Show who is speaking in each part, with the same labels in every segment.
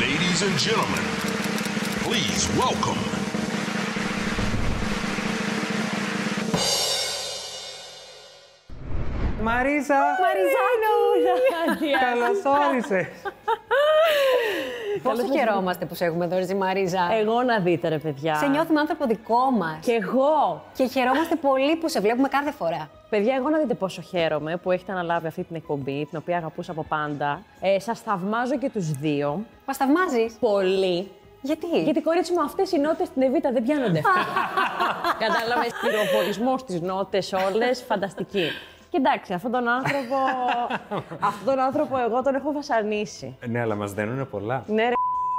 Speaker 1: Ladies and gentlemen, please welcome.
Speaker 2: Μαρίζα,
Speaker 3: Μαριζάκη!
Speaker 2: καλώς όρισες.
Speaker 3: Καλώς
Speaker 4: Πόσο
Speaker 3: ήρθατε.
Speaker 4: χαιρόμαστε που σε έχουμε εδώ, Ρεζι Μαρίζα.
Speaker 3: Εγώ να δείτε, ρε παιδιά.
Speaker 4: Σε νιώθουμε άνθρωπο δικό μας.
Speaker 3: Κι εγώ.
Speaker 4: Και χαιρόμαστε πολύ που σε βλέπουμε κάθε φορά.
Speaker 3: Παιδιά, εγώ να δείτε πόσο χαίρομαι που έχετε αναλάβει αυτή την εκπομπή, την οποία αγαπούσα από πάντα. Ε, Σας θαυμάζω και τους δύο.
Speaker 4: Μας θαυμάζεις.
Speaker 3: Πολύ.
Speaker 4: Γιατί?
Speaker 3: Γιατί κορίτσι μου, αυτές οι νότες στην Εβίτα δεν πιάνονται. Κατάλαβες πυροβολισμό στις νότες όλες, φανταστική. Και εντάξει, αυτόν τον άνθρωπο, αυτόν τον άνθρωπο εγώ τον έχω βασανίσει.
Speaker 2: Ναι, αλλά μας δένουν πολλά.
Speaker 3: Ναι, ρε.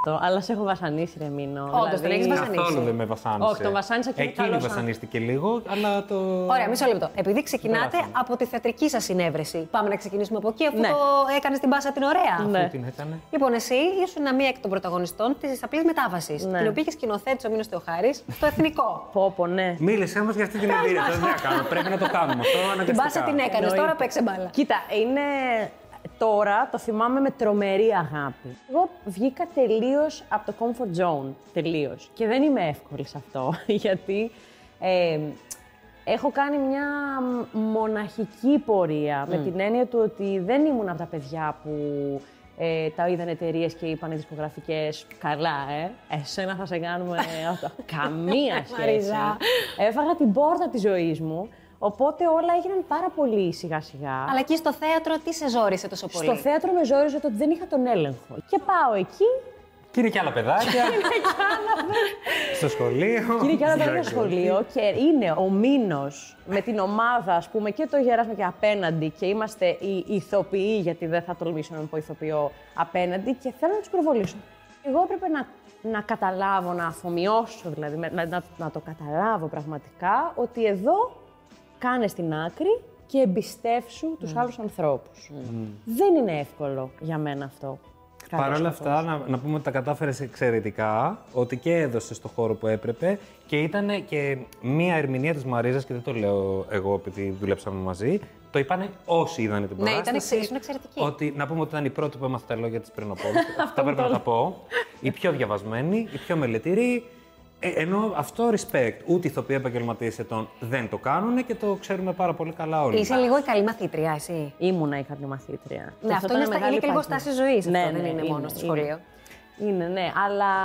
Speaker 3: το, Αλλά σε έχω βασανίσει, ρε Μίνο. Δηλαδή,
Speaker 4: Όντως, τον έχεις βασανίσει.
Speaker 2: Καθόλου δεν με βασάνισε. Ε,
Speaker 3: Όχι, τον βασάνισα και είναι
Speaker 2: Εκείνη
Speaker 3: καλός
Speaker 2: βασανίστηκε λίγο, αλλά το...
Speaker 4: Ωραία, μισό λεπτό. Επειδή ξεκινάτε
Speaker 2: Περάσαμε.
Speaker 4: από τη θεατρική σας συνέβρεση, πάμε να ξεκινήσουμε από εκεί, αφού
Speaker 3: Ναι.
Speaker 4: το έκανες την πάσα την ωραία.
Speaker 3: Ναι.
Speaker 2: Αυτή την έκανε.
Speaker 4: Λοιπόν, εσύ ήσουν μία εκ των πρωταγωνιστών της απλής μετάβασης,
Speaker 3: Ναι.
Speaker 4: την οποία είχες σκηνοθέτησε ο Μήνος Θεοχάρης στο εθνικό.
Speaker 3: Πω, πω, ναι.
Speaker 2: Μίλησέ μας για αυτή την εμπειρία. Δεν θα κάνω. Πρέπει να το κάνουμε αυτό.
Speaker 4: την
Speaker 2: αναγκαστικά.
Speaker 4: πάσα την έκανες, τώρα
Speaker 3: Εννοείται.
Speaker 4: παίξε μπάλα.
Speaker 3: Κοίτα, είναι τώρα, το θυμάμαι με τρομερή αγάπη. Εγώ βγήκα τελείως από το comfort zone. Τελείως. Και δεν είμαι εύκολη σε αυτό, γιατί ε, έχω κάνει μια μοναχική πορεία με την έννοια του ότι δεν ήμουν από τα παιδιά που ε, τα είδαν εταιρείες και είπαν οι δισκογραφικές. Καλά, ε. Εσένα θα σε κάνουμε αυτό. Καμία σχέση.
Speaker 4: Μαρίζα.
Speaker 3: Έφαγα την πόρτα της ζωής μου. Οπότε όλα έγιναν πάρα πολύ σιγά σιγά.
Speaker 4: Αλλά εκεί στο θέατρο τι σε ζόρισε τόσο πολύ.
Speaker 3: Στο θέατρο με ζόριζε το ότι δεν είχα τον έλεγχο. Και πάω εκεί.
Speaker 2: Και είναι και άλλα παιδάκια. Στο σχολείο.
Speaker 3: Είναι και άλλα
Speaker 2: Στην
Speaker 3: παιδιά στο σχολείο και είναι ο Μήνος με την ομάδα, ας πούμε, και το γεράσμα και απέναντι. Και είμαστε οι ηθοποιοί, γιατί δεν θα τολμήσω να μην πω ηθοποιό απέναντι. Και θέλω να τους προβολήσω. Εγώ έπρεπε να, να καταλάβω, να αφομοιώσω, δηλαδή με- να, να, να το καταλάβω πραγματικά ότι εδώ κάνε στην άκρη και εμπιστεύσου τους άλλους ανθρώπους. Δεν είναι εύκολο για μένα αυτό.
Speaker 2: Παρ' όλα αυτά, να, να πούμε ότι τα κατάφερες εξαιρετικά, ότι και έδωσες το χώρο που έπρεπε και ήταν και μία ερμηνεία της Μαρίζας, και δεν το λέω εγώ επειδή δουλέψαμε μαζί. Το είπανε όσοι είδαν την
Speaker 4: Ναι, ήταν
Speaker 2: παράσταση.
Speaker 4: εξ- ήσουν εξαιρετική.
Speaker 2: Ότι, να πούμε ότι ήταν η πρώτη που έμαθα τα λόγια της πριν από όλους. Αυτά πρέπει να τα πω. Η πιο διαβασμένη, η πιο μελετηρή. Ε, ενώ αυτό respect. Ούτε ηθοποιοί επαγγελματίες ετών δεν το κάνουν και το ξέρουμε πάρα πολύ καλά όλοι.
Speaker 4: Είσαι λίγο η καλή μαθήτρια, εσύ.
Speaker 3: Ήμουνα η καλή μαθήτρια.
Speaker 4: Ναι, αυτό
Speaker 3: ήταν
Speaker 4: είναι στα-
Speaker 3: μεγάλη Ναι,
Speaker 4: είναι και λίγο
Speaker 3: παγίδα.
Speaker 4: στάση ζωής αυτό, δεν είναι μόνο στο σχολείο.
Speaker 3: Είναι, ναι, αλλά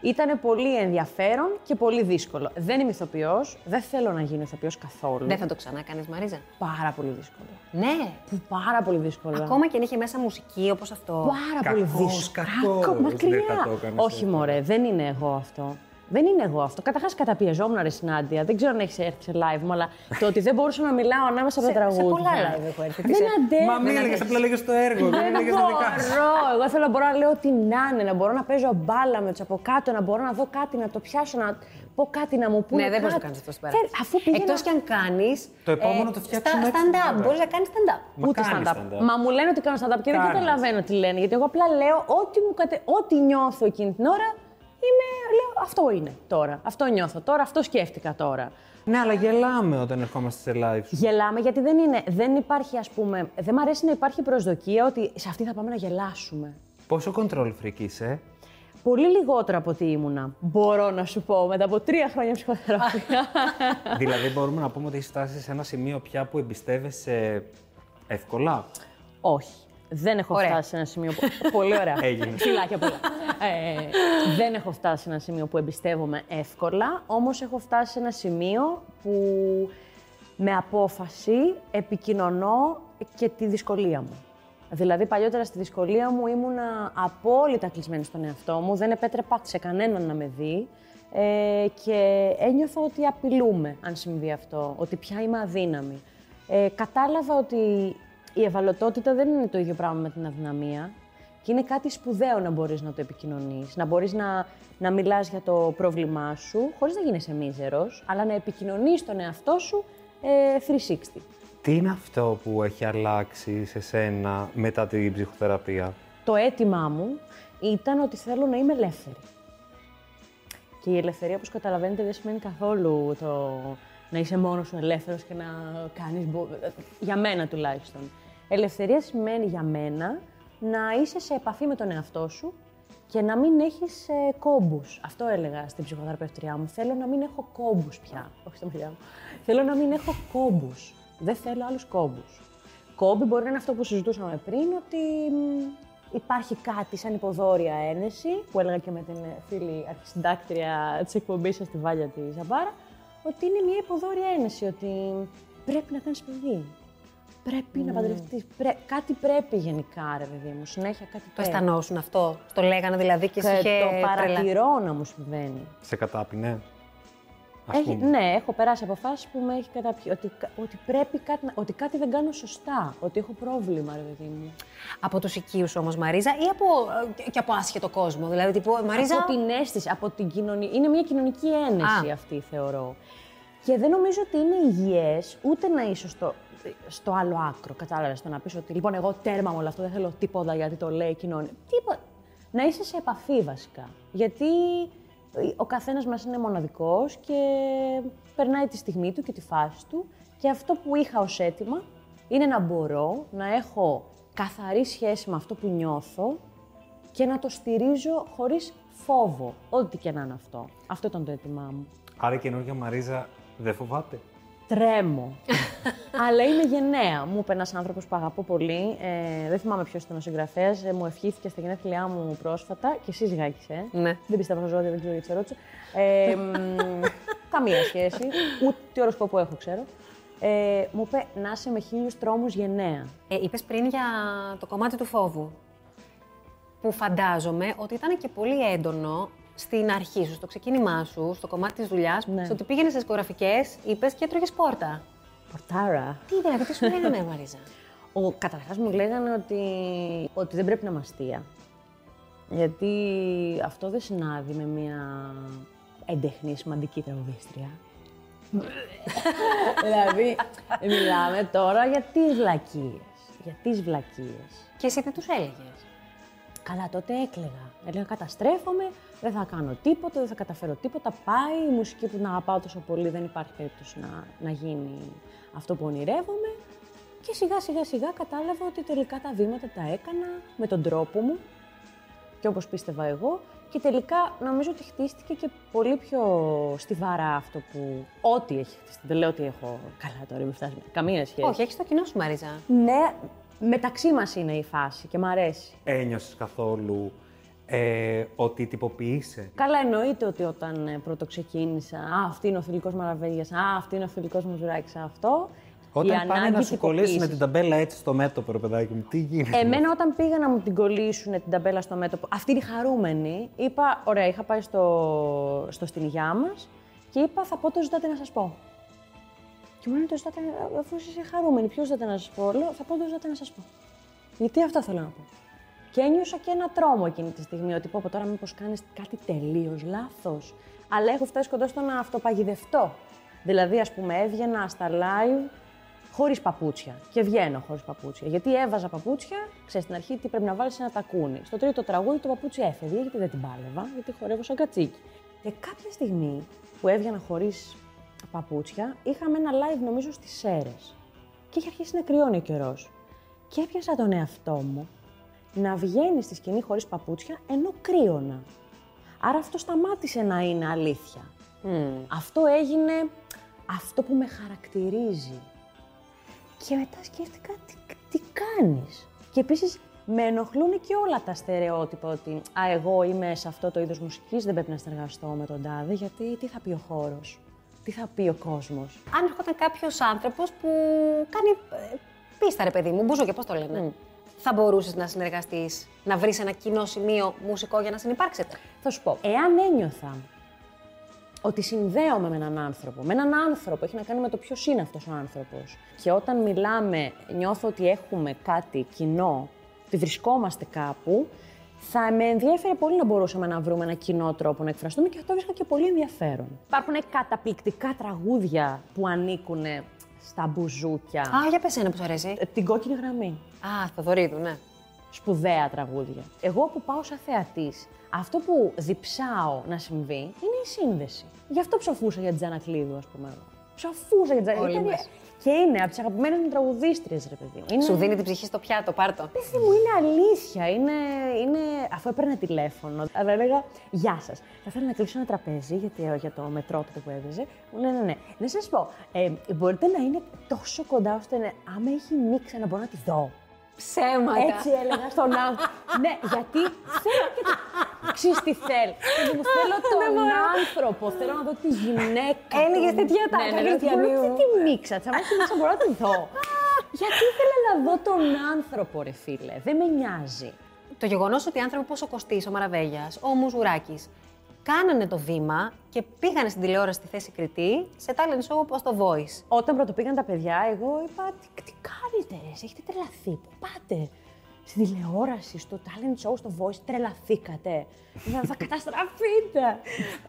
Speaker 3: ήταν πολύ ενδιαφέρον και πολύ δύσκολο. Δεν είμαι ηθοποιός, δεν θέλω να γίνω ηθοποιός καθόλου.
Speaker 4: Δεν θα το ξανά κάνει, Μαρίζα.
Speaker 3: Πάρα πολύ δύσκολο.
Speaker 4: Ναι.
Speaker 3: Που πάρα πολύ δύσκολο.
Speaker 4: Ακόμα και αν είχε μέσα μουσική όπως αυτό.
Speaker 3: Πάρα
Speaker 2: Κακός,
Speaker 3: πολύ δύσκολο.
Speaker 2: κακός.
Speaker 3: Κακό, μακριά.
Speaker 2: Δεν θα το έκανες
Speaker 3: Όχι,
Speaker 2: αυτό.
Speaker 3: μωρέ, δεν είναι εγώ αυτό. Δεν είναι εγώ αυτό. Καταρχάς, καταπιεζόμουν ρε συνάντια. Δεν ξέρω αν έχεις έρθει σε live μου, αλλά το ότι δεν μπορούσα να μιλάω ανάμεσα από τα
Speaker 4: Σε- σε
Speaker 3: τραγούδια.
Speaker 4: πολλά live έχω έρθει, τι
Speaker 3: Δεν
Speaker 4: σε-
Speaker 2: Μα
Speaker 3: αντέχω.
Speaker 2: μη έλεγες, απλά λέγες το έργο.
Speaker 4: Ναι,
Speaker 2: Δεν
Speaker 3: Δεν
Speaker 2: έλεγες τα δικά σου.
Speaker 3: Ε, μπορώ. Εγώ θέλω να μπορώ να λέω τι να είναι, να μπορώ να παίζω μπάλα με τους από κάτω, να μπορώ να δω κάτι, να το πιάσω, να πω κάτι, να μου πούνε.
Speaker 4: Ναι, δεν μπορείς να
Speaker 3: κάτι.
Speaker 4: κάνεις αυτό στην
Speaker 3: Δεν-
Speaker 4: παράσταση.
Speaker 3: Αφού πήγαινα.
Speaker 4: Εκτός κι αν ε, κάνεις.
Speaker 2: Το επόμενο το φτιάξουμε Ναι. έξω
Speaker 4: Stand-up.
Speaker 2: βέβαια.
Speaker 4: Μπορείς να κάνεις stand-up.
Speaker 2: Μα
Speaker 3: Ούτε
Speaker 2: κάνεις
Speaker 3: stand-up.
Speaker 2: stand-up.
Speaker 3: Μα μου λένε ότι κάνω stand-up και δεν
Speaker 2: Κάνεις.
Speaker 3: καταλαβαίνω τι λένε. Γιατί εγώ απλά λέω ό,τι, μου κατε... ό,τι νιώθω εκείνη την ώρα. Είμαι, λέω, αυτό είναι τώρα. Αυτό νιώθω τώρα, αυτό σκέφτηκα τώρα.
Speaker 2: Ναι, αλλά γελάμε όταν ερχόμαστε σε live.
Speaker 3: Γελάμε γιατί δεν είναι, δεν υπάρχει ας πούμε, δεν μ' αρέσει να υπάρχει προσδοκία ότι σε αυτή θα πάμε να γελάσουμε.
Speaker 2: Πόσο control freak είσαι. ε?
Speaker 3: Πολύ λιγότερο από ότι ήμουνα, μπορώ να σου πω, μετά από τρία χρόνια ψυχοθεραπεία.
Speaker 2: δηλαδή, μπορούμε να πούμε ότι έχει φτάσει σε ένα σημείο πια που εμπιστεύεσαι εύκολα.
Speaker 3: Όχι. Δεν έχω
Speaker 4: Ωραία.
Speaker 3: φτάσει σε ένα σημείο που. πολύ ωραία.
Speaker 2: Έγινε.
Speaker 3: Φιλάκια πολλά. ε, δεν έχω φτάσει σε ένα σημείο που εμπιστεύομαι εύκολα, όμως έχω φτάσει σε ένα σημείο που με απόφαση επικοινωνώ και τη δυσκολία μου. Δηλαδή, παλιότερα στη δυσκολία μου ήμουνα απόλυτα κλεισμένη στον εαυτό μου, δεν επέτρεπα σε κανέναν να με δει ε, και ένιωθα ότι απειλούμε αν συμβεί αυτό, ότι πια είμαι αδύναμη. Ε, κατάλαβα ότι η ευαλωτότητα δεν είναι το ίδιο πράγμα με την αδυναμία. Και είναι κάτι σπουδαίο να μπορείς να το επικοινωνείς, να μπορείς να, να μιλάς για το πρόβλημά σου, χωρίς να γίνεσαι μίζερος, αλλά να επικοινωνείς τον εαυτό σου ε, 360.
Speaker 2: Τι είναι αυτό που έχει αλλάξει σε σένα μετά την ψυχοθεραπεία.
Speaker 3: Το αίτημά μου ήταν ότι θέλω να είμαι ελεύθερη. Και η ελευθερία, όπως καταλαβαίνετε, δεν σημαίνει καθόλου το να είσαι μόνος σου ελεύθερος και να κάνεις... μπο- Για μένα τουλάχιστον. Ελευθερία σημαίνει για μένα να είσαι σε επαφή με τον εαυτό σου και να μην έχεις ε, κόμπους. Αυτό έλεγα στην ψυχοθεραπευτριά μου. Θέλω να μην έχω κόμπους πια. Όχι στα μαλλιά μου. Θέλω να μην έχω κόμπους. Δεν θέλω άλλους κόμπους. Κόμπι μπορεί να είναι αυτό που συζητούσαμε πριν, ότι μ, υπάρχει κάτι σαν υποδόρια ένεση, που έλεγα και με την ε, φίλη αρχισυντάκτρια της εκπομπής σας, τη Βάλια τη Ζαμπάρα, ότι είναι μια υποδόρια ένεση, ότι πρέπει να κάνεις παιδί. Πρέπει
Speaker 4: Ναι.
Speaker 3: να παντρευτείς. πρέ- Κάτι πρέπει γενικά, ρε παιδί μου. Συνέχεια κάτι
Speaker 4: Το
Speaker 3: πρέπει.
Speaker 4: αισθανόσουν αυτό. Το λέγανε δηλαδή και
Speaker 3: Και
Speaker 4: σε είχε
Speaker 3: το
Speaker 4: Ε. τρελα-
Speaker 3: παρατηρώ να μου συμβαίνει.
Speaker 2: Σε ε? κατάπινε. Ας
Speaker 3: Έχει,
Speaker 2: πούμε.
Speaker 3: ναι, έχω περάσει αποφάσεις που με έχει καταπιεί. Ότι, κα- ότι, πρέπει κάτι, να- ότι κάτι δεν κάνω σωστά. Ότι έχω πρόβλημα, ρε παιδί μου.
Speaker 4: Από τους οικείους όμως, Μαρίζα, ή από, ε, και από άσχετο κόσμο. Δηλαδή, τύπου, Μαρίζα.
Speaker 3: Από την αίσθηση, από την κοινωνική. Είναι μια κοινωνική ένεση
Speaker 4: Α.
Speaker 3: αυτή, θεωρώ. Και δεν νομίζω ότι είναι υγιές ούτε να είσαι στο, στο άλλο άκρο. Κατάλαβες το να πεις ότι λοιπόν, εγώ τέρμα με όλο αυτό, δεν θέλω τίποτα γιατί το λέει η κοινωνία. Τίποτα. Να είσαι σε επαφή βασικά. Γιατί ο καθένας μας είναι μοναδικός και περνάει τη στιγμή του και τη φάση του. Και αυτό που είχα ως αίτημα είναι να μπορώ να έχω καθαρή σχέση με αυτό που νιώθω και να το στηρίζω χωρίς φόβο, ό,τι και να είναι αυτό. Αυτό ήταν το αίτημά μου.
Speaker 2: Άρα η καινούργια Μαρίζα δεν φοβάται.
Speaker 3: Τρέμω. Αλλά είναι γενναία. Μου είπε ένας άνθρωπος που αγαπώ πολύ. Ε, δεν θυμάμαι ποιος ήταν ο συγγραφέας. Ε, μου ευχήθηκε στα γενέθλιά μου πρόσφατα και εσύ ζυγάκησε.
Speaker 4: Ναι.
Speaker 3: Δεν πιστεύω στα ζώδια, δεν ξέρω γιατί σε ρώτησα. Ε, μ, καμία σχέση. Ούτε τι οροσκόπο έχω, ξέρω. Ε, μου είπε να είσαι με χίλιους τρόμους γενναία.
Speaker 4: Ε, Είπες πριν για το κομμάτι του φόβου. Που φαντάζομαι ότι ήταν και πολύ έντονο στην αρχή σου, στο ξεκίνημά σου, στο κομμάτι της δουλειάς.
Speaker 3: Ναι.
Speaker 4: Στο ότι πήγαινες στις σκοραφικέ, είπες και έτρωγες πόρτα.
Speaker 3: Πορτάρα.
Speaker 4: Τι δηλαδή, τι σου λένε, Μαρίζα.
Speaker 3: Ο, καταρχάς μου λέγανε ότι, ότι δεν πρέπει να είμαι αστεία. Γιατί αυτό δεν συνάδει με μια εντεχνή σημαντική τραγουδίστρια. δηλαδή, μιλάμε τώρα για τις βλακίες. Για τις βλακίες.
Speaker 4: και εσύ τι τους έλεγες.
Speaker 3: Καλά, τότε έκλαιγα. Έλεγα καταστρέφομαι, δεν θα κάνω τίποτα, δεν θα καταφέρω τίποτα. Πάει η μουσική που την αγαπάω τόσο πολύ, δεν υπάρχει περίπτωση να, να γίνει αυτό που ονειρεύομαι. Και σιγά σιγά σιγά κατάλαβα ότι τελικά τα βήματα τα έκανα με τον τρόπο μου και όπως πίστευα εγώ. Και τελικά νομίζω ότι χτίστηκε και πολύ πιο στιβαρά αυτό που ό,τι έχει χτιστεί. Δεν λέω ότι έχω καλά τώρα, μην φτάσει. Καμία σχέση.
Speaker 4: Όχι, έχεις το κοινό σου, Μαρίζα.
Speaker 3: Ναι, μεταξύ μας είναι η φάση και μ' αρέσει.
Speaker 2: Ένιωσες καθόλου ε, ότι τυποποιείσαι.
Speaker 3: Καλά, εννοείται ότι όταν ε, πρώτο ξεκίνησα, Α, αυτή είναι ο φιλικός Μαραβέγια, Α, αυτή είναι ο φιλικός μου Ζουράκης», Α, αυτό.
Speaker 2: Όταν
Speaker 3: η
Speaker 2: πάνε να
Speaker 3: ανάγκη
Speaker 2: σου κολλήσουν
Speaker 3: τυποποίησης.
Speaker 2: την ταμπέλα έτσι στο μέτωπο, ρε παιδάκι μου, τι γίνεται.
Speaker 3: Εμένα όταν πήγα να μου την κολλήσουν την ταμπέλα στο μέτωπο, αυτή είναι η χαρούμενη, είπα, ωραία, είχα πάει στο, στο στην υγειά μας και είπα, θα πω το ζητάτε να σας πω. Και μου λένε το ζητάτε, να- αφού είσαι χαρούμενη, ποιο ζητάτε να σας πω, λέω, θα πω το ζητάτε να σας πω. Γιατί αυτό θέλω να πω. Και ένιωσα και ένα τρόμο εκείνη τη στιγμή, ότι πω, πω τώρα μήπως κάνεις κάτι τελείως λάθος. Αλλά έχω φτάσει κοντά στο να αυτοπαγιδευτώ. Δηλαδή, ας πούμε, έβγαινα στα live χωρίς παπούτσια. Και βγαίνω χωρίς παπούτσια. Γιατί έβαζα παπούτσια, ξέρεις στην αρχή τι πρέπει να βάλεις σε ένα τακούνι. Στο τρίτο τραγούδι το παπούτσι έφευγε, γιατί δεν την πάλευα, γιατί χορεύω σαν κατσίκι. Και κάποια στιγμή που έβγαινα χωρίς παπούτσια, είχαμε ένα live νομίζω στις Σέρες. Και είχε αρχίσει να κρυώνει ο καιρός. Και έπιασα τον εαυτό μου να βγαίνει στη σκηνή χωρίς παπούτσια ενώ κρύωνα. Άρα αυτό σταμάτησε να είναι αλήθεια. Αυτό έγινε αυτό που με χαρακτηρίζει. Και μετά σκέφτηκα τι, τι κάνεις. Και επίσης με ενοχλούν και όλα τα στερεότυπα ότι «Α, εγώ είμαι σε αυτό το είδος μουσικής, δεν πρέπει να συνεργαστώ με τον τάδε, γιατί τι θα πει ο χώρος, τι θα πει ο κόσμος».
Speaker 4: Αν έρχονταν κάποιος άνθρωπος που κάνει. ε, Πίστα, ρε παιδί μου, μπουζού και πώς το λένε. Θα μπορούσες να συνεργαστείς, να βρεις ένα κοινό σημείο μουσικό για να συνεπάρξετε.
Speaker 3: Θα σου πω, εάν ένιωθα ότι συνδέομαι με έναν άνθρωπο, με έναν άνθρωπο, έχει να κάνει με το ποιος είναι αυτός ο άνθρωπος. Και όταν μιλάμε, νιώθω ότι έχουμε κάτι κοινό, ότι βρισκόμαστε κάπου, θα με ενδιέφερε πολύ να μπορούσαμε να βρούμε ένα κοινό τρόπο να εκφραστούμε και αυτό βρίσκα και πολύ ενδιαφέρον. Υπάρχουν καταπληκτικά τραγούδια που ανήκουν στα μπουζούκια.
Speaker 4: Α, για πες ένα που σου αρέσει.
Speaker 3: Ε, Την κόκκινη γραμμή
Speaker 4: Α, Θοδωρίδου, ναι.
Speaker 3: σπουδαία τραγούδια. Εγώ που πάω σαν θεατής, αυτό που διψάω να συμβεί είναι η σύνδεση. Γι' αυτό ψοφούσα για Τζανα Κλείδου, ας πούμε. εγώ. ψαφούσα για τζα-
Speaker 4: Όλοι
Speaker 3: Ήταν-
Speaker 4: μας.
Speaker 3: Και είναι από τις αγαπημένες μου τραγουδίστριες, ρε παιδί μου. Είναι...
Speaker 4: Σου δίνει την ψυχή στο πιάτο, πάρτο.
Speaker 3: Παιδί μου, είναι αλήθεια. Είναι, είναι... Αφού έπαιρνα τηλέφωνο, αλλά έλεγα Γεια σας. Θα θέλω να κλείσω ένα τραπέζι γιατί, για το μετρό τότε που έβριζε. Μου λένε, Ναι, ναι, ναι. Να σας πω, ε, μπορείτε να είναι τόσο κοντά ώστε να, άμα έχει νύξει να μπορώ να τη δω.
Speaker 4: Ψέματα.
Speaker 3: Έτσι έλεγα στον άνθρωπο. ναι, γιατί θέλω και το. Ξέρεις τι θέλω. Παιδί μου, θέλω τον άνθρωπο. Θέλω να δω τη γυναίκα.
Speaker 4: Έλεγες
Speaker 3: του.
Speaker 4: τέτοια
Speaker 3: Ναι,
Speaker 4: τάκα,
Speaker 3: ναι, ναι,
Speaker 4: Χριστιανή
Speaker 3: λέω,
Speaker 4: μου.
Speaker 3: Τι τη μίξα, τσαμά τη μίξα, μπορώ να τη δω. Γιατί ήθελα να δω τον άνθρωπο, ρε φίλε. Δεν με νοιάζει.
Speaker 4: Το γεγονός ότι άνθρωποι όπω ο Κωστή, ο Μαραβέγιας, ο Μουζουράκης κάνανε το βήμα και πήγανε στην τηλεόραση στη θέση κριτή σε talent show όπως το Voice.
Speaker 3: Όταν πρωτοπήγαν τα παιδιά, εγώ είπα, τι, τι κάνετε ρε, εσείς έχετε τρελαθεί, πού πάτε. Στη τηλεόραση, στο talent show, στο voice, τρελαθήκατε. θα, θα καταστραφείτε.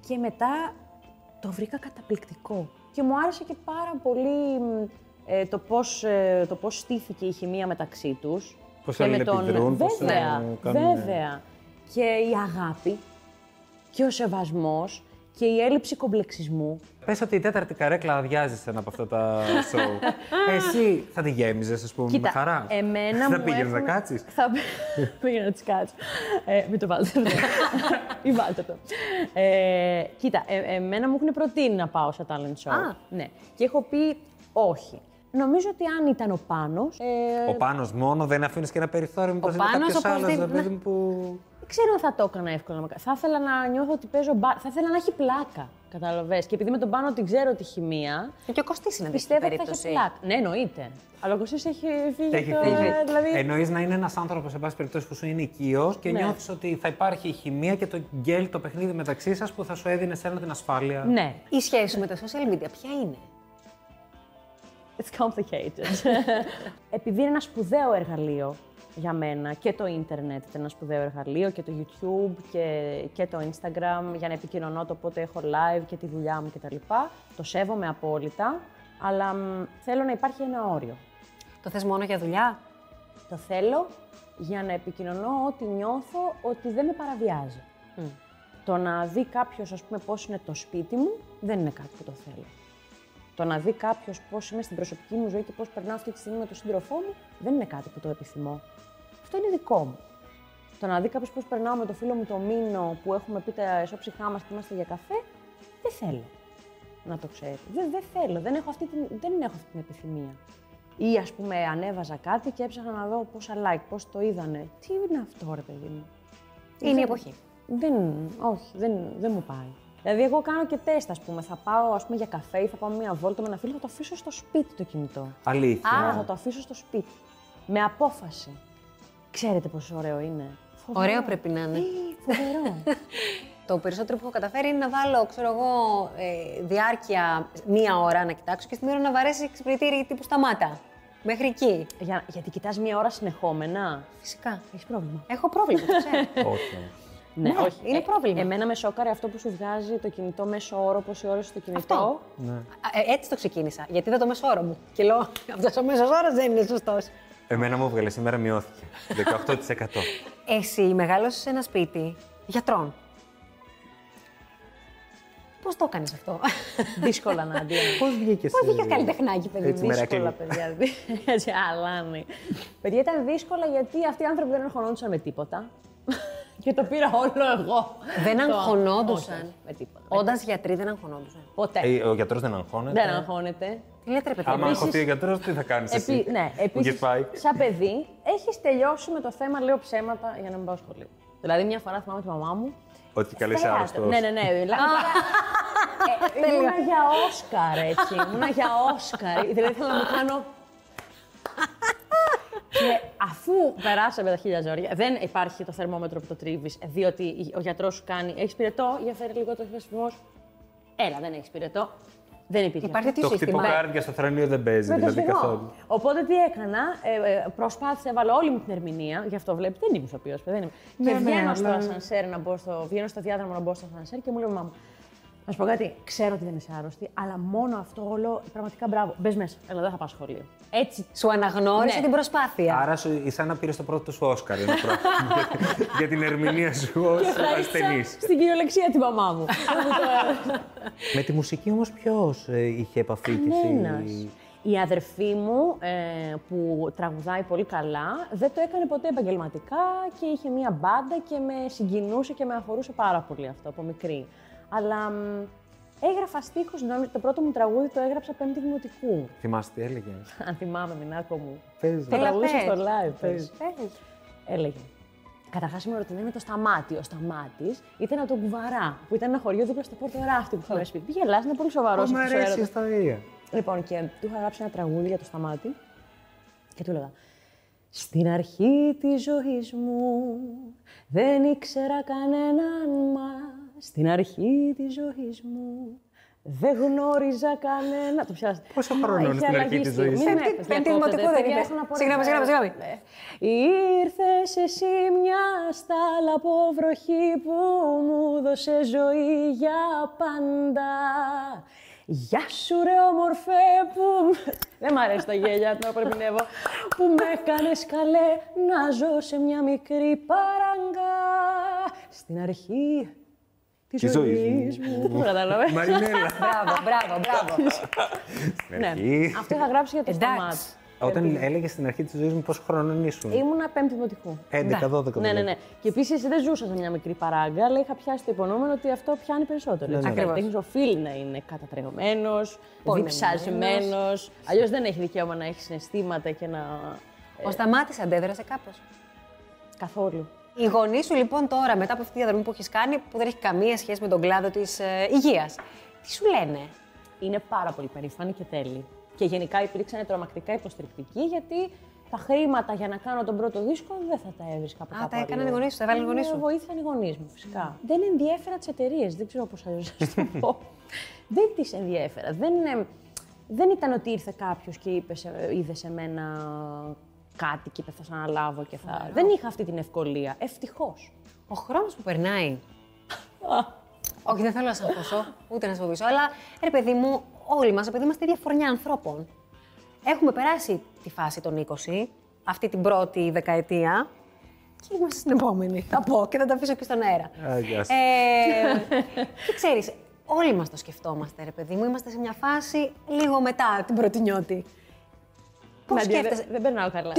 Speaker 3: και μετά το βρήκα καταπληκτικό. Και μου άρεσε και πάρα πολύ μ, ε, το, πώς, ε, το πώς στήθηκε η χημεία μεταξύ τους.
Speaker 2: Πώς
Speaker 3: Και με
Speaker 2: αλληλεπιδρούν, πώς, ε,
Speaker 3: Βέβαια,
Speaker 2: κάνουν-
Speaker 3: βέβαια. Και η αγάπη και ο σεβασμός και η έλλειψη κομπλεξισμού.
Speaker 2: Πες ότι η τέταρτη καρέκλα αδειάζει σε ένα από αυτά τα σοου. Εσύ θα τη γέμιζες, ας πούμε, με χαρά.
Speaker 3: εμένα
Speaker 2: θα
Speaker 3: μου
Speaker 2: πήγαινε να
Speaker 3: έχουν-
Speaker 2: κάτσεις.
Speaker 3: Θα πήγαινα να τις κάτσω. Ε, μην το βάλετε αυτό. Ή βάλτε το. Ε, κοίτα, ε, εμένα μου έχουν προτείνει να πάω σε talent show.
Speaker 4: Α.
Speaker 3: Ναι. Και έχω πει όχι. Νομίζω ότι αν ήταν ο Πάνος, ε,
Speaker 2: Ο πάνω μόνο δεν αφήνεις και ένα περιθώριο. Μήπως είναι
Speaker 4: Πάνος,
Speaker 2: κάποιος άλλο,
Speaker 4: οπωσδήποτε.
Speaker 2: ρε παιδί μου, που.
Speaker 3: δεν ξέρω αν θα το έκανα εύκολα. να κα- Θα ήθελα να νιώθω ότι παίζω μπα... Θα ήθελα να έχει πλάκα, καταλαβες. Και επειδή με τον Πάνο την ξέρω τη χημεία,
Speaker 4: Ε, Και ο Κωστής είναι αντίστοιχη
Speaker 3: πιστεύω ότι θα έχει
Speaker 4: περίπτωση.
Speaker 3: πλάκα. Ναι, εννοείται. Αλλά ο Κωστής έχει φύγει.
Speaker 2: Έχει
Speaker 3: από το-
Speaker 2: φύγει.
Speaker 3: ε, δηλαδή-
Speaker 2: Εννοείς να είναι ένας άνθρωπος, σε πάση περιπτώσει, που σου είναι οικείος και
Speaker 3: Ναι.
Speaker 2: νιώθεις νιώθει ότι θα υπάρχει η χημεία και το γκέλ, το παιχνίδι μεταξύ σας που θα σου έδινε σε ένα την ασφάλεια.
Speaker 3: Ναι,
Speaker 4: Η σχέση σου με τα social media ποια είναι.
Speaker 3: It's complicated. Επειδή είναι ένα σπουδαίο εργαλείο για μένα και το ίντερνετ ήταν ένα σπουδαίο εργαλείο και το YouTube και, και το Instagram για να επικοινωνώ το πότε έχω live και τη δουλειά μου κτλ. Το σέβομαι απόλυτα, αλλά μ, θέλω να υπάρχει ένα όριο.
Speaker 4: Το θες μόνο για δουλειά.
Speaker 3: Το θέλω για να επικοινωνώ ό,τι νιώθω ότι δεν με παραβιάζει. Το να δει κάποιος, ας πούμε, πώς είναι το σπίτι μου, δεν είναι κάτι που το θέλω. Το να δει κάποιος πώς είμαι στην προσωπική μου ζωή και πώς περνάω αυτή τη στιγμή με τον σύντροφό μου, δεν είναι κάτι που το επιθυμώ. Αυτό είναι δικό μου. Το να δει κάποιος πώς περνάω με το φίλο μου το μήνο που έχουμε πει τα ισόψυχά μα και είμαστε για καφέ, δεν θέλω να το ξέρει. Δεν, δεν θέλω, δεν έχω, αυτή την, δεν έχω αυτή την επιθυμία. Ή ας πούμε, ανέβαζα κάτι και έψαχνα να δω πόσα like, πώς το είδανε. Τι είναι αυτό, ρε παιδί μου.
Speaker 4: Είναι η εποχή.
Speaker 3: Δεν, όχι, δεν, δεν μου πάει. Δηλαδή, εγώ κάνω και τεστ, ας πούμε. Θα πάω ας πούμε, για καφέ ή θα πάω μία βόλτα με ένα φίλο, θα το αφήσω στο σπίτι το κινητό.
Speaker 2: Αλήθεια.
Speaker 3: Άρα θα το αφήσω στο σπίτι. Με απόφαση. Ξέρετε πόσο ωραίο είναι. Φοβερό.
Speaker 4: Ωραίο πρέπει να είναι.
Speaker 3: Ε, Φοβερό.
Speaker 4: Το περισσότερο που έχω καταφέρει είναι να βάλω, ξέρω εγώ, ε, διάρκεια μία ώρα να κοιτάξω και στην ώρα να βαρέσει ξυπνητήρι τύπου σταμάτα. Μέχρι εκεί.
Speaker 3: για, γιατί κοιτάς μία ώρα συνεχόμενα.
Speaker 4: Φυσικά.
Speaker 3: Έχεις πρόβλημα.
Speaker 4: Έχω πρόβλημα, το ξέρω.
Speaker 2: Όχι.
Speaker 3: Ναι,
Speaker 4: Ναι, είναι πρόβλημα.
Speaker 3: Εμένα με σόκαρε αυτό που σου βγάζει το κινητό μέσο όρο, πόση ώρα στο κινητό.
Speaker 4: Αυτό. Α, ε, έτσι το ξεκίνησα. Γιατί δεν το μέσο όρο μου. Και λέω, αυτός ο μέσος όρος δεν είναι Ε, σωστός.
Speaker 2: Εμένα μου έβγαλε σήμερα μειώθηκε. 18%.
Speaker 4: Εσύ μεγάλωσες σε ένα σπίτι γιατρών. Πώς το έκανες αυτό.
Speaker 3: Δύσκολα να αντί.
Speaker 2: Πώς βγήκες.
Speaker 4: Πώς
Speaker 3: ε,
Speaker 4: βγήκε καλλιτεχνάκι, παιδί
Speaker 2: Έτσι,
Speaker 4: μου.
Speaker 3: δύσκολα,
Speaker 2: μερακλή.
Speaker 3: παιδιά. Έτσι, αλάνι. παιδιά, ήταν δύσκολα γιατί αυτοί οι άνθρωποι δεν αγχωνόντουσαν με τίποτα. και το πήρα όλο εγώ.
Speaker 4: Δεν
Speaker 3: Το-
Speaker 4: αγχωνόντουσαν.
Speaker 3: Όχι, όχι, Με τίποτα.
Speaker 4: Όντα γιατροί δεν αγχωνόντουσαν.
Speaker 3: Ποτέ.
Speaker 2: Ε, ο γιατρός δεν αγχώνεται.
Speaker 3: δεν αγχώνεται.
Speaker 4: Τι λέτε, ρε παιδί.
Speaker 2: Άμα
Speaker 4: μου.
Speaker 3: Επίσης-
Speaker 2: αγχωθεί ο γιατρός, τι θα κάνεις.
Speaker 3: Επί... Ναι, επίσης,
Speaker 2: πάει.
Speaker 3: σαν παιδί, έχεις τελειώσει με το θέμα, λέω ψέματα για να μην πάω σχολείο. Δηλαδή, μια φορά θυμάμαι τη μαμά μου.
Speaker 2: Ότι καλέ
Speaker 3: θέατρο.
Speaker 2: άρρωστος.
Speaker 3: Ναι, ναι, ναι. Δηλαδή, ε, ήμουνα για Όσκαρ, έτσι. Ήμουνα για Όσκαρ. Δηλαδή, ήθελα να μου κάνω. Και αφού περάσαμε τα χίλια ζώρια, δεν υπάρχει το θερμόμετρο που το τρίβεις, διότι ο γιατρός σου κάνει. Έχεις πυρετό, για φέρει λίγο το χειρασμό. Έλα, δεν έχεις πυρετό. Δεν υπήρχε.
Speaker 4: Υπάρχει
Speaker 2: Το
Speaker 4: τέτοιο σύστημα.
Speaker 2: χτυποκάρδια στο θρανίο δεν παίζει
Speaker 3: Με το Ναι.
Speaker 2: δηλαδή
Speaker 3: σφυγμό.
Speaker 2: καθόλου.
Speaker 3: Οπότε τι έκανα, ε, ε, προσπάθησα, έβαλα όλη μου την ερμηνεία, γι' αυτό βλέπετε, δεν είμαι
Speaker 2: Ναι,
Speaker 3: ηθοποιός, παιδί, δεν είμαι. και βγαίνω στο ασανσέρ να μπω στο, βγαίνω στο διάδρομο να μπω στο ασανσέρ και μου λέει η μαμά μου, Να σου πω κάτι, ξέρω ότι δεν είσαι άρρωστη, αλλά μόνο αυτό όλο πραγματικά μπράβο. Μπες μέσα, αλλά δεν θα πάω σχολείο. Έτσι.
Speaker 4: Σου αναγνώρισε
Speaker 3: Ναι.
Speaker 4: την προσπάθεια.
Speaker 2: Άρα σου, η Σάνα πήρε το πρώτο σου Όσκαρ είναι πράγμα, για, για την ερμηνεία σου ω ασθενής.
Speaker 3: στην κυριολεξία την μαμά μου.
Speaker 2: Με τη μουσική όμως ποιος είχε επαφή και
Speaker 3: Κανένας. Η αδερφή μου ε, που τραγουδάει πολύ καλά δεν το έκανε ποτέ επαγγελματικά και είχε μία μπάντα και με συγκινούσε και με αφορούσε πάρα πολύ αυτό από μικρή. Αλλά μ, έγραφα στίχους, νόμι- το πρώτο μου τραγούδι το έγραψα πέμπτη δημοτικού.
Speaker 2: Θυμάσαι τι έλεγε.
Speaker 3: Αν θυμάμαι, Μινάκο μου.
Speaker 2: Πες
Speaker 3: Το
Speaker 2: μου.
Speaker 4: Έλα,
Speaker 3: τραγούδισα
Speaker 4: πες.
Speaker 3: στο live. πες.
Speaker 4: Πες.
Speaker 3: Έλεγε. Καταρχάς είμαι ερωτημένη με το σταμάτη. Ο σταμάτης ήταν από τον Κουβαρά, που ήταν ένα χωριό δίπλα στο Πόρτο Ράφτη που είχαμε σπίτι. Πήγε Ελλάδα, είναι πολύ σοβαρός.
Speaker 2: Μου αρέσει η ιστορία.
Speaker 3: Λοιπόν, και του είχα γράψει ένα τραγούδι για το σταμάτη και του έλεγα «Στην αρχή της ζωής μου δεν ήξερα κανέναν μας Στην αρχή της ζωής μου δεν γνώριζα κανένα. Το πιάσατε.
Speaker 2: Πόσο χρόνο είναι
Speaker 3: Είχε
Speaker 2: στην αρχή
Speaker 3: αλλαγή
Speaker 2: της
Speaker 3: στη-
Speaker 2: ζωής?
Speaker 3: Μην
Speaker 4: Πέμπτη-
Speaker 3: με έπαιζε,
Speaker 4: πέμπτη
Speaker 3: διακόπτεται,
Speaker 4: δημοτικού δεν
Speaker 3: Ε, ναι, παιδιά,
Speaker 4: είπε.
Speaker 3: έχω να πω ένα
Speaker 4: Συγγνώμη, συγγνώμη, συγγνώμη.
Speaker 3: ε, Ήρθες εσύ μια στάλα από βροχή που μου δώσε ζωή για πάντα. Γεια σου ρε όμορφε που... μ- Δεν μ' αρέσει τα γέλια, το απερμηνεύω. που με έκανες καλέ να ζω σε μια μικρή παραγκά. Στην αρχή τη
Speaker 2: Της ζωής
Speaker 3: ζωή μου. Δεν κατάλαβες.
Speaker 2: Μαρινέλα.
Speaker 4: Μπράβο, μπράβο, μπράβο.
Speaker 2: Στην
Speaker 3: Ναι,
Speaker 2: αρχή.
Speaker 3: αυτό είχα γράψει για το
Speaker 4: Εντάξει.
Speaker 3: σταμάτη.
Speaker 2: Όταν έλεγες στην αρχή της ζωής μου πόσο χρόνο ήσουν.
Speaker 3: Ήμουνα πέμπτη δημοτικού.
Speaker 2: 11-12.
Speaker 3: Ναι, ναι, ναι. Και επίσης δεν ζούσα σε μια μικρή παράγκα, αλλά είχα πιάσει το υπονόμενο ότι αυτό πιάνει περισσότερο. Ναι,
Speaker 2: ναι.
Speaker 3: ναι. Τέχνη οφείλει να είναι κατατρεγμένος, διψασμένος. Αλλιώς δεν έχει δικαίωμα να έχεις συναισθήματα και να.
Speaker 4: Ο Σταμάτης αντέδρασε κάπως.
Speaker 3: Καθόλου.
Speaker 4: Οι γονείς σου λοιπόν τώρα, μετά από αυτή τη διαδρομή που έχεις κάνει, που δεν έχει καμία σχέση με τον κλάδο της ε, υγείας, τι σου λένε.
Speaker 3: Είναι πάρα πολύ περήφανοι και τέλειοι. Και γενικά υπήρξαν τρομακτικά υποστηρικτικοί γιατί τα χρήματα για να κάνω τον πρώτο δίσκο δεν θα τα έβρισκα από
Speaker 4: Α,
Speaker 3: κάπου
Speaker 4: τα έκαναν
Speaker 3: αλλού.
Speaker 4: οι γονείς σου, τα έβαλαν οι
Speaker 3: Ε,
Speaker 4: γονείς σου.
Speaker 3: με βοήθησαν οι γονείς μου, φυσικά. Δεν ενδιέφερα τις εταιρείες, δεν ξέρω πώς αλλιώς να σας το πω. δεν τις ενδιέφερα. Δεν, ε, δεν ήταν ότι ήρθε κάποιος και είπε, σε- είδε σε μένα κάτι και είπε θα σε αναλάβω και θα. Δεν είχα αυτή την ευκολία. Ευτυχώς.
Speaker 4: Ο χρόνος που περνάει. Όχι, δεν θέλω να σα φοβήσω, ούτε να σα φοβήσω, αλλά ρε παιδί μου, όλοι μας, επειδή είμαστε διαφορνιά ανθρώπων, έχουμε περάσει τη φάση των 20, αυτή την πρώτη δεκαετία. Και είμαστε στην επόμενη. Θα πω και θα τα αφήσω και στον αέρα.
Speaker 2: Α, γεια σου.
Speaker 4: Ε, και ξέρεις, όλοι μας το σκεφτόμαστε, ρε παιδί μου. Είμαστε σε μια φάση λίγο μετά την πρώτη νιώτη. Πώς σκέφτεσαι.
Speaker 3: Δεν περνάω καλά.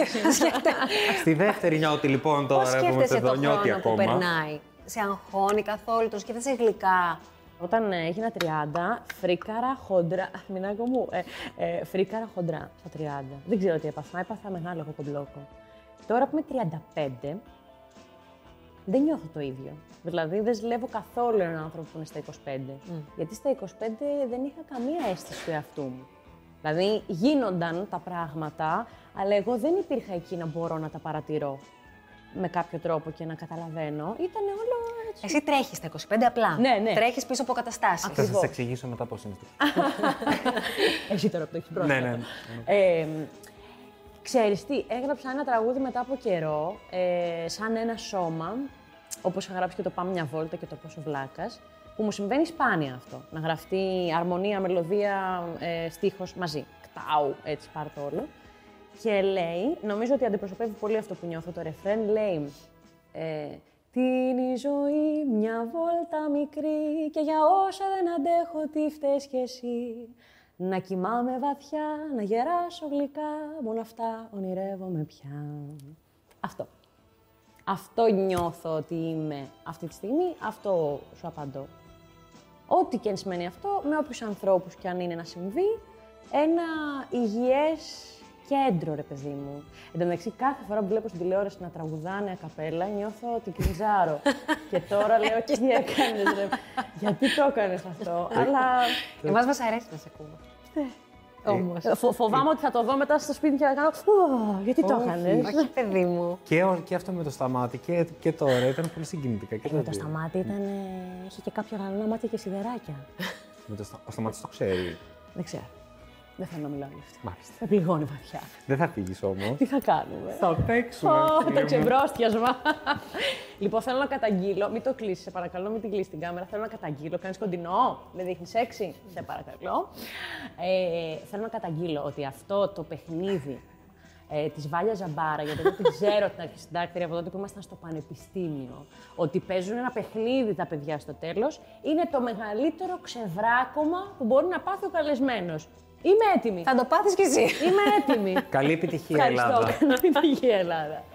Speaker 2: Στη δεύτερη νιώτη λοιπόν
Speaker 4: Πώ
Speaker 2: τώρα που είμαστε
Speaker 4: σκέφτεσαι το
Speaker 2: εδώ, νιώτη
Speaker 4: χρόνο που
Speaker 2: ακόμα.
Speaker 4: περνάει. Σε αγχώνει καθόλου, τον σκέφτεσαι γλυκά.
Speaker 3: Όταν ε, έγινα 30, φρίκαρα χοντρά. Αχ, Μινάκο μου, ε, ε, φρίκαρα χοντρά στα 30. Δεν ξέρω τι έπαθα. Έπαθα μεγάλο κομπλόκο. Τώρα που είμαι 35, δεν νιώθω το ίδιο. Δηλαδή δεν ζηλεύω καθόλου έναν άνθρωπο που είναι στα 25. Γιατί στα 25 δεν είχα καμία αίσθηση του εαυτού μου. Δηλαδή γίνονταν τα πράγματα, αλλά εγώ δεν υπήρχα εκεί να μπορώ να τα παρατηρώ με κάποιο τρόπο και να καταλαβαίνω. Ήταν όλο έτσι.
Speaker 4: Εσύ τρέχεις στα 25 απλά.
Speaker 3: Ναι, ναι.
Speaker 4: Τρέχεις πίσω από καταστάσεις.
Speaker 2: Θα
Speaker 3: Λοιπόν.
Speaker 2: σα εξηγήσω μετά πώς είναι.
Speaker 3: Εσύ τώρα που το έχεις μπροστά.
Speaker 2: Ναι, ναι.
Speaker 3: Ε, ξέρεις τι, έγραψα ένα τραγούδι μετά από καιρό, ε, σαν ένα σώμα, όπως είχα γράψει και το «Πάμε μια βόλτα» και το «Πόσο βλάκας», που μου συμβαίνει σπάνια αυτό, να γραφτεί αρμονία, μελωδία, ε, στίχος μαζί. Κτάου, έτσι πάρ' το όλο. Και λέει, νομίζω ότι αντιπροσωπεύει πολύ αυτό που νιώθω το ρεφρέν, λέει ε, Την η ζωή μια βόλτα μικρή και για όσα δεν αντέχω τι φταίς κι εσύ Να κοιμάμαι βαθιά, να γεράσω γλυκά, μόνο αυτά ονειρεύομαι πια Αυτό. Αυτό νιώθω ότι είμαι αυτή τη στιγμή, αυτό σου απαντώ. Ό,τι και αν σημαίνει αυτό, με όποιους ανθρώπους και αν είναι να συμβεί, ένα υγιές κέντρο, ρε παιδί μου. Εν τω μεταξύ, κάθε φορά που βλέπω στην τηλεόραση να τραγουδάνε ακαπέλα, νιώθω ότι κρυζάρω. και τώρα λέω, τι έκανες, ρε. Γιατί το έκανες αυτό. Αλλά.
Speaker 4: Εμάς μας αρέσει να σε ακούμε.
Speaker 2: Ε,
Speaker 4: Όμως.
Speaker 3: ε, φο- φοβάμαι ότι θα το δω μετά στο σπίτι και θα κάνω. «Ω, Γιατί το
Speaker 2: Όχι.
Speaker 3: έκανες.
Speaker 4: Όχι, παιδί μου.
Speaker 2: Και, ο- και αυτό με το σταμάτη και, και τώρα ήταν πολύ συγκινητικά. Και τα
Speaker 3: Με το
Speaker 2: δύο.
Speaker 3: σταμάτη ήταν. ε, Είχε και κάποια γαλανά μάτια και σιδεράκια.
Speaker 2: Με το στα- Ο σταμάτης το ξέρει.
Speaker 3: Δεν ξέρω. Δεν θέλω να μιλάω γι' αυτό.
Speaker 2: Μάλιστα.
Speaker 3: Με πληγώνει βαθιά.
Speaker 2: Δεν θα φύγεις όμως.
Speaker 3: Τι θα κάνουμε.
Speaker 2: Θα παίξουμε.
Speaker 3: Ω,
Speaker 2: φίλε
Speaker 3: το
Speaker 2: μου.
Speaker 3: ξεβρόστιασμα. λοιπόν, θέλω να καταγγείλω. Μην το κλείσεις, σε παρακαλώ, μην την κλείσεις την κάμερα. Θέλω να καταγγείλω. Κάνεις κοντινό, με δείχνεις έξι. Σε παρακαλώ. Ε, θέλω να καταγγείλω ότι αυτό το παιχνίδι ε, της Βάλια Ζαμπάρα, γιατί εγώ την ξέρω την αρχισυντάκτρια από τότε που ήμασταν στο πανεπιστήμιο, ότι παίζουν ένα παιχνίδι τα παιδιά στο τέλος, είναι το μεγαλύτερο ξεβράκωμα που μπορεί να πάθει ο καλεσμένος. Είμαι έτοιμη.
Speaker 4: Θα το πάθεις κι εσύ.
Speaker 3: Είμαι έτοιμη.
Speaker 2: Καλή επιτυχία,
Speaker 3: Ευχαριστώ.
Speaker 2: Ελλάδα.
Speaker 3: Καλή επιτυχία, Ελλάδα.